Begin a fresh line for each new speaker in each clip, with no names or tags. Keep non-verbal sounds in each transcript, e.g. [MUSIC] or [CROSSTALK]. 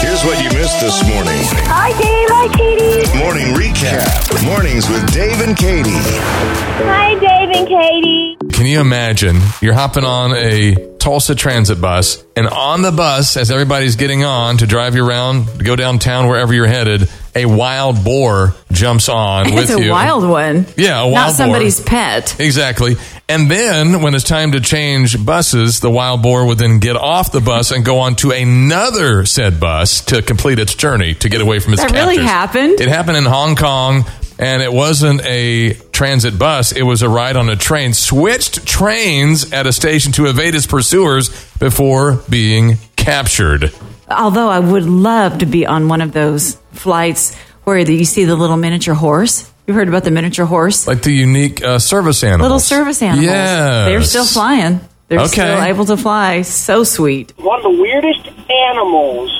Here's what you missed this morning.
Hi, Dave. Hi, Katie.
Morning recap. Mornings with Dave and Katie.
Hi, Dave and Katie.
Can you imagine? You're hopping on a Tulsa transit bus, and on the bus, as everybody's getting on to drive you around, to go downtown, wherever you're headed, a wild boar jumps on with
It's a
you.
wild one.
Yeah, a wild
Not somebody's
boar.
pet.
Exactly. And then when it's time to change buses, the wild boar would then get off the bus and go on to another said bus to complete its journey to get away from its
That really
captors.
happened?
It happened in Hong Kong and it wasn't a transit bus, it was a ride on a train. Switched trains at a station to evade its pursuers before being captured.
Although I would love to be on one of those flights where the, you see the little miniature horse. You heard about the miniature horse?
Like the unique uh, service animals.
little service animals.
Yes.
They're still flying. They're
Okay.
still able to fly. So sweet.
one of the weirdest animals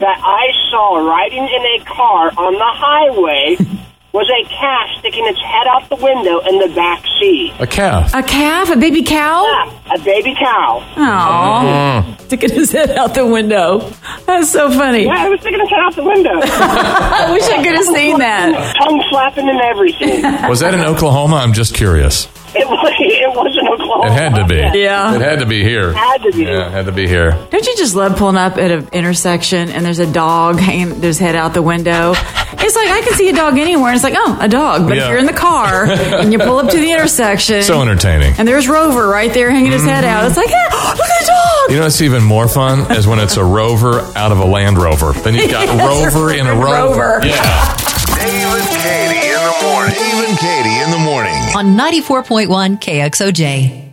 that I saw riding in a car on the [LAUGHS] highway was a calf sticking its head out the window in the back seat.
A calf.
A calf? A baby cow?
Ah, A baby cow.
Aw.
Mm.
Sticking his head out the window. That's so funny.
Yeah, it was sticking its head out the [LAUGHS] window.
I wish I could have seen that.
Tongue flapping
[LAUGHS]
and everything.
Was that in Oklahoma? I'm just curious.
It was, [LAUGHS] it was in Oklahoma.
It had to be.
Yeah.
It had to be here.
Had to be.
Yeah, it had to be here.
Don't you just love pulling up at an intersection and there's a dog hanging there's head out the window? It's like I can see a dog anywhere and it's like, oh, a dog. But
Yeah.
if you're in the car and you pull
[LAUGHS]
up to the intersection
So entertaining.
and there's Rover right there hanging his head out, it's like, ah, look at the dog.
You know what's even more fun is when it's a rover out of a Land Rover. Then you've
[LAUGHS]
got rover in a rover.
Rover.
Yeah.
Dave and Katie in the morning. Dave and Katie in the morning.
on 94.1 KXOJ.